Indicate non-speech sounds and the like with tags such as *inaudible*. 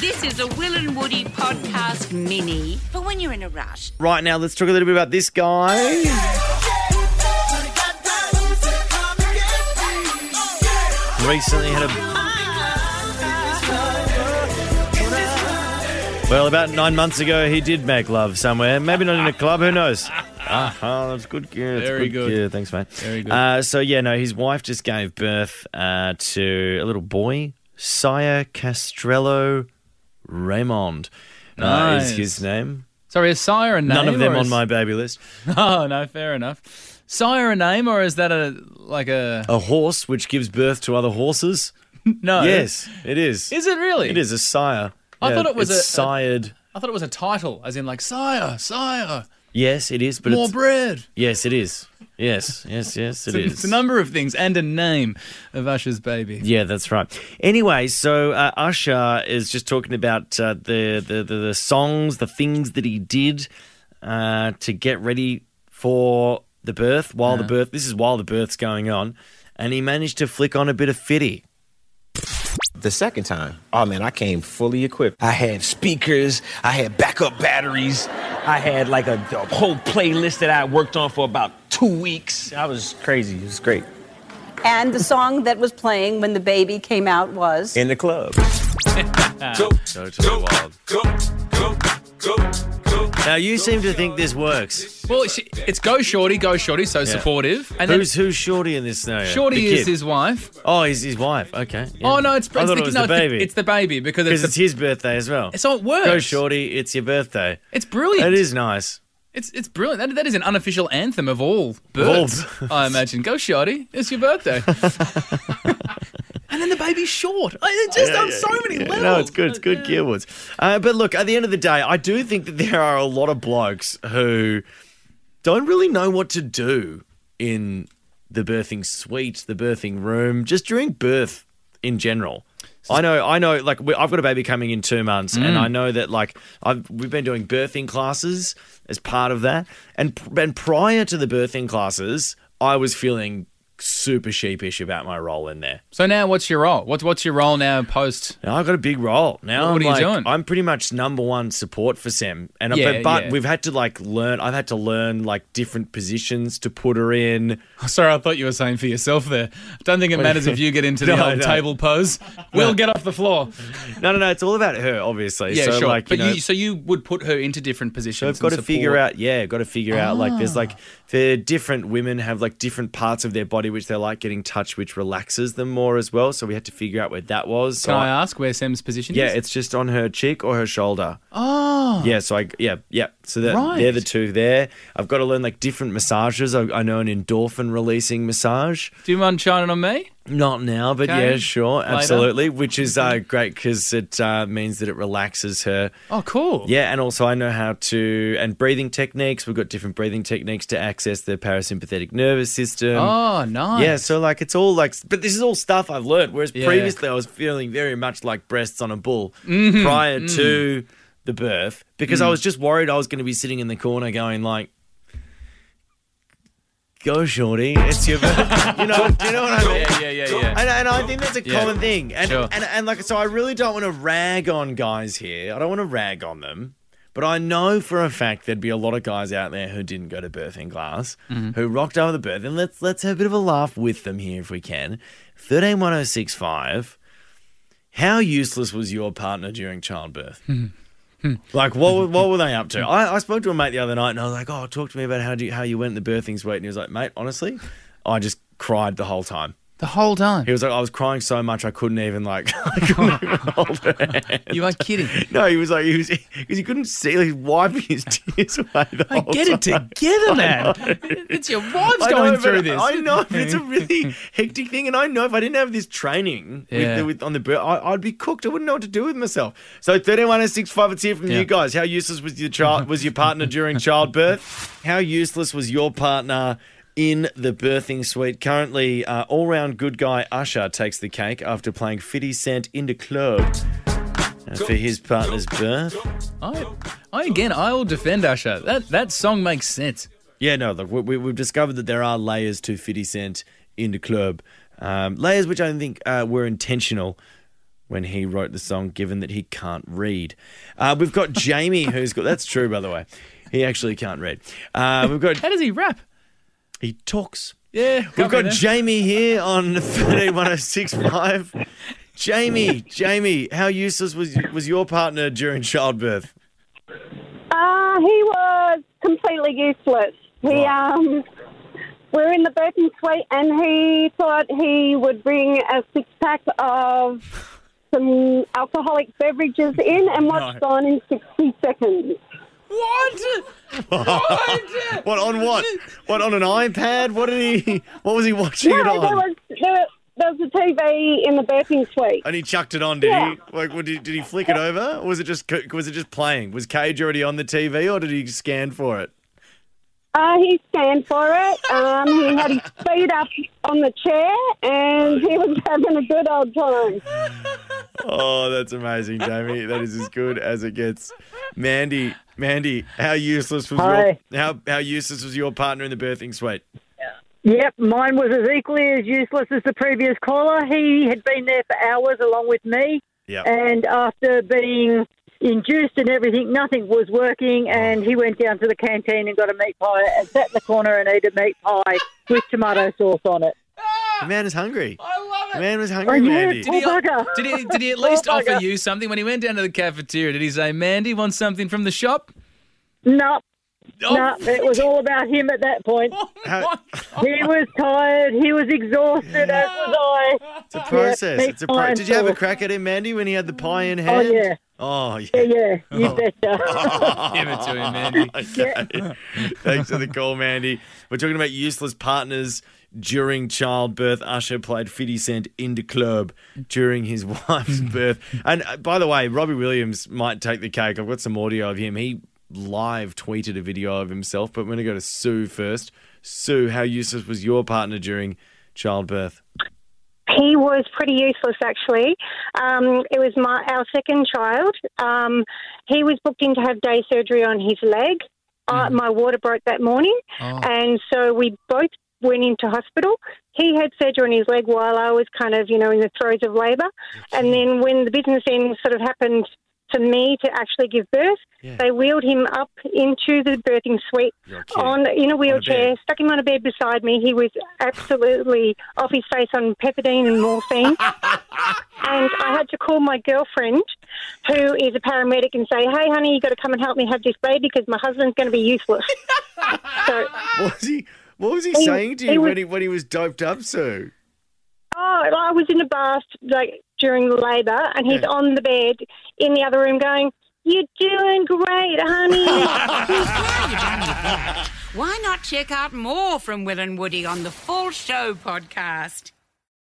This is a Will and Woody podcast mini for when you're in a rush. Right now, let's talk a little bit about this guy. Recently had a. Well, about nine months ago, he did make love somewhere. Maybe not in a club. Who knows? Ah, that's good. Yeah, that's Very good. Yeah, thanks, mate. Very good. Uh, so yeah, no, his wife just gave birth uh, to a little boy, Sire Castrello Raymond. Uh, Nice. is his name. Sorry, is Sire a name? None of them or on is- my baby list. *laughs* Oh no, fair enough. Sire a name, or is that a like a A horse which gives birth to other horses. no? Yes, it is. Oh, Is it really? It is a sire. I thought it was it's a- a- sired. I thought it was a title, as in like Sire, Sire, yes, it is. But more it's, bread. yes, it is. Yes, yes, yes, it is. It's a number of things and a name of Usher's baby. Yeah, that's right. Anyway, so uh, Usher is just talking about uh, the, the, the the songs, the things that he did uh, to get ready for the birth. While Uh-huh. the birth, this is while the birth's going on, and he managed to flick on a bit of fitty. The second time, oh man, I came fully equipped. I had speakers, I had backup batteries, I had like a, a whole playlist that I worked on for about two weeks. I was crazy. It was great. And the song that was playing when the baby came out was. In the club. Totally wild. Now you seem to think this works. Well, it's, it's go shorty, go shorty, so supportive. And then who's who's Shorty in this scenario? shorty The is kid. his wife. Oh, he's his wife. Okay. yeah. Oh no, it's, I it's thought the, it was no, the it's baby. It's the baby because because it's, the, it's his birthday as well. so it works. Go Shorty, it's your birthday. It's brilliant. It is nice. It's it's brilliant. That, that is an unofficial anthem of all birds, birds. I imagine. Go, Shotty. It's your *laughs* birthday. and then the baby's short. I- It just on so many Yeah, levels. No, it's good. It's good Gear Woods. Uh, but look, at the end of the day, I do think that there are a lot of blokes who don't really know what to do in the birthing suite, the birthing room, just during birth in general. I know, I know. Like, we, I've got a baby coming in two months, and I know that, like, I've we've been doing birthing classes as part of that, and pr- and prior to the birthing classes, I was feeling super sheepish about my role in there. So now, what's your role? What's what's your role now? Post. Now I've got a big role. Now What- what I'm are you like, doing? I'm pretty much number one support for Sam. And I- Yeah, but, but yeah. we've had to like learn. I've had to learn like different positions to put her in. *laughs* Sorry, I thought you were saying for yourself there. Don't think it matters if you get *laughs* into the No, old no. table pose. We'll get off the floor. No, no, no. It's all about her, obviously. Yeah, so sure. like, you but know, you, so you would put her into different so positions. I've got and to figure support. Ah. out. Yeah, got to figure out. Like, there's like the different women have like different parts of their body which they like getting touch, which relaxes them more as well. So we had to figure out where that was. So Can I I- ask where Sam's position yeah, is? it's just on her cheek or her shoulder. oh, Yeah, so I yeah yeah. So that Right. they're the two there. I've got to learn like different massages. I, I know an endorphin releasing massage. do you mind shining on me? Not now, but Okay. yeah, sure, Later. absolutely. Which is uh, great because it uh, means that it relaxes her. Oh, cool. Yeah, and also I know how to and breathing techniques. We've got different breathing techniques to access the parasympathetic nervous system. Oh, nice. Yeah, so like it's all like, but this is all stuff I've learned. Whereas Yeah. previously I was feeling very much like breasts on a bull Mm-hmm, prior mm. to the birth because I was just worried I was going to be sitting in the corner going like, "Go, shorty, it's your birth." *laughs* you know, do you know what I mean? *laughs* yeah, yeah, yeah. yeah. And, and I think that's a Yeah. common thing. And, Sure. and and like so I really don't want to rag on guys here. I don't want to rag on them. But I know for a fact there'd be a lot of guys out there who didn't go to birthing class, Mm-hmm. who rocked over the birth. And let's let's have a bit of a laugh with them here if we can. 131065. How useless was your partner during childbirth? Hmm. Like what were, what were they up to? I, I spoke to a mate the other night and I was like, "Oh, talk to me about how do you, how you went the birthing suite." And he was like, "Mate, honestly, I just cried the whole time." The whole time. He was like, I was crying so much I couldn't even like. *laughs* I couldn't even hold her hand. You *laughs* are kidding. No, he was like, he was because he couldn't see. He was wiping his *laughs* tears away. The I whole get it time. together, man. It's your wife's I know, going but through this. I know, but it's a really hectic thing, and I know if I didn't have this training Yeah. with, with, on the bird, I, I'd be cooked. I wouldn't know what to do with myself. So thirteen one oh six five. It's here from Yeah. you guys. How useless was your child? Was your partner during childbirth? How useless was your partner? In the birthing suite, currently uh, all-round good guy Usher takes the cake after playing 50 Cent in the club uh, for his partner's birth. I, *laughs* I again, I will defend Usher. That that song makes sense. Yeah, no, look, we, we, we've discovered that there are layers to 50 Cent in the club. Um, layers which I don't think uh, were intentional, when he wrote the song, given that he can't read. Uh, we've got Jamie, who's got that's true, by the way. He actually can't read. Uh, we've got How does he rap? he talks. Yeah, We've can't be got there. Jamie here on 131065. Jamie, Jamie, how useless was was your partner during childbirth? Uh, he was completely useless. He Right. um, we're in the Burton suite, and he thought he would bring a six pack of some alcoholic beverages in, and what's No. gone in sixty seconds. what? what? What on what? What on an iPad? What did he? What was he watching it No, on? there was there, there was a TV in the Burton suite. And he chucked it on, did Yeah. he? Like, what, did, did he flick it over? Or was it just co- was it just playing? Was Cage already on the TV, or did he scan for it? Uh, he scanned for it. Um, he *laughs* had his feet up on the chair, and he was having a good old time. Oh, that's amazing, Jamie. That is as good as it gets. Mandy, Mandy, how useless was Hi. your how how useless was your partner in the birthing suite? Yep, mine was as equally as useless as the previous caller. He had been there for hours along with me, Yeah. and after being induced and everything, nothing was working, and he went down to the canteen and got a meat pie and sat in the corner and ate a meat pie with tomato sauce on it. The man is hungry. I The love it. man was hungry, yeah, Mandy. did he- Oh, bugger. did, he, did he at least Oh, offer bugger. you something when he went down to the cafeteria? Did he say, Mandy, want something from the shop? No, Oh, no, it was all about him at that point. oh How- my God. He was tired, he was exhausted, as was I. It's a process. meat it's a pro- pie and Did you have a sauce. crack at him, Mandy, when he had the pie in Oh, hand? yeah, Oh yeah, yeah. yeah, you betcha. *laughs* Give it *laughs* to him, Mandy. Okay. Thanks for the call, Mandy. We're talking about useless partners during childbirth. Usher played 50 Cent in the club during his *laughs* wife's Mm. birth. And uh, by the way, Robbie Williams might take the cake. I've got some audio of him. He live tweeted a video of himself, but we're going to go to Sue first. Sue, how useless was your partner during childbirth? He was pretty useless, actually. Um, it was my our second child. Um, he was booked in to have day surgery on his leg. Uh, my water broke that morning, Oh. and so we both went into hospital. He had surgery on his leg while I was kind of, you know, in the throes of labour. And then when the business end sort of happened for me to actually give birth, Yeah. they wheeled him up into the birthing suite You're kidding. on in a wheelchair, bed. stuck him on a bed beside me. He was absolutely off his face on pethidine and morphine. and I had to call my girlfriend, who is a paramedic, and say, "Hey, honey, you got to come and help me have this baby because my husband's going to be useless." so, What was he, what was he, He- saying to you he was- when, he, when he was doped up, Sue? oh, and I was in a bath like during labour, and he's Yeah. on the bed in the other room going. You're doing great, honey. Why not check out more from Will and Woody on the Full Show podcast?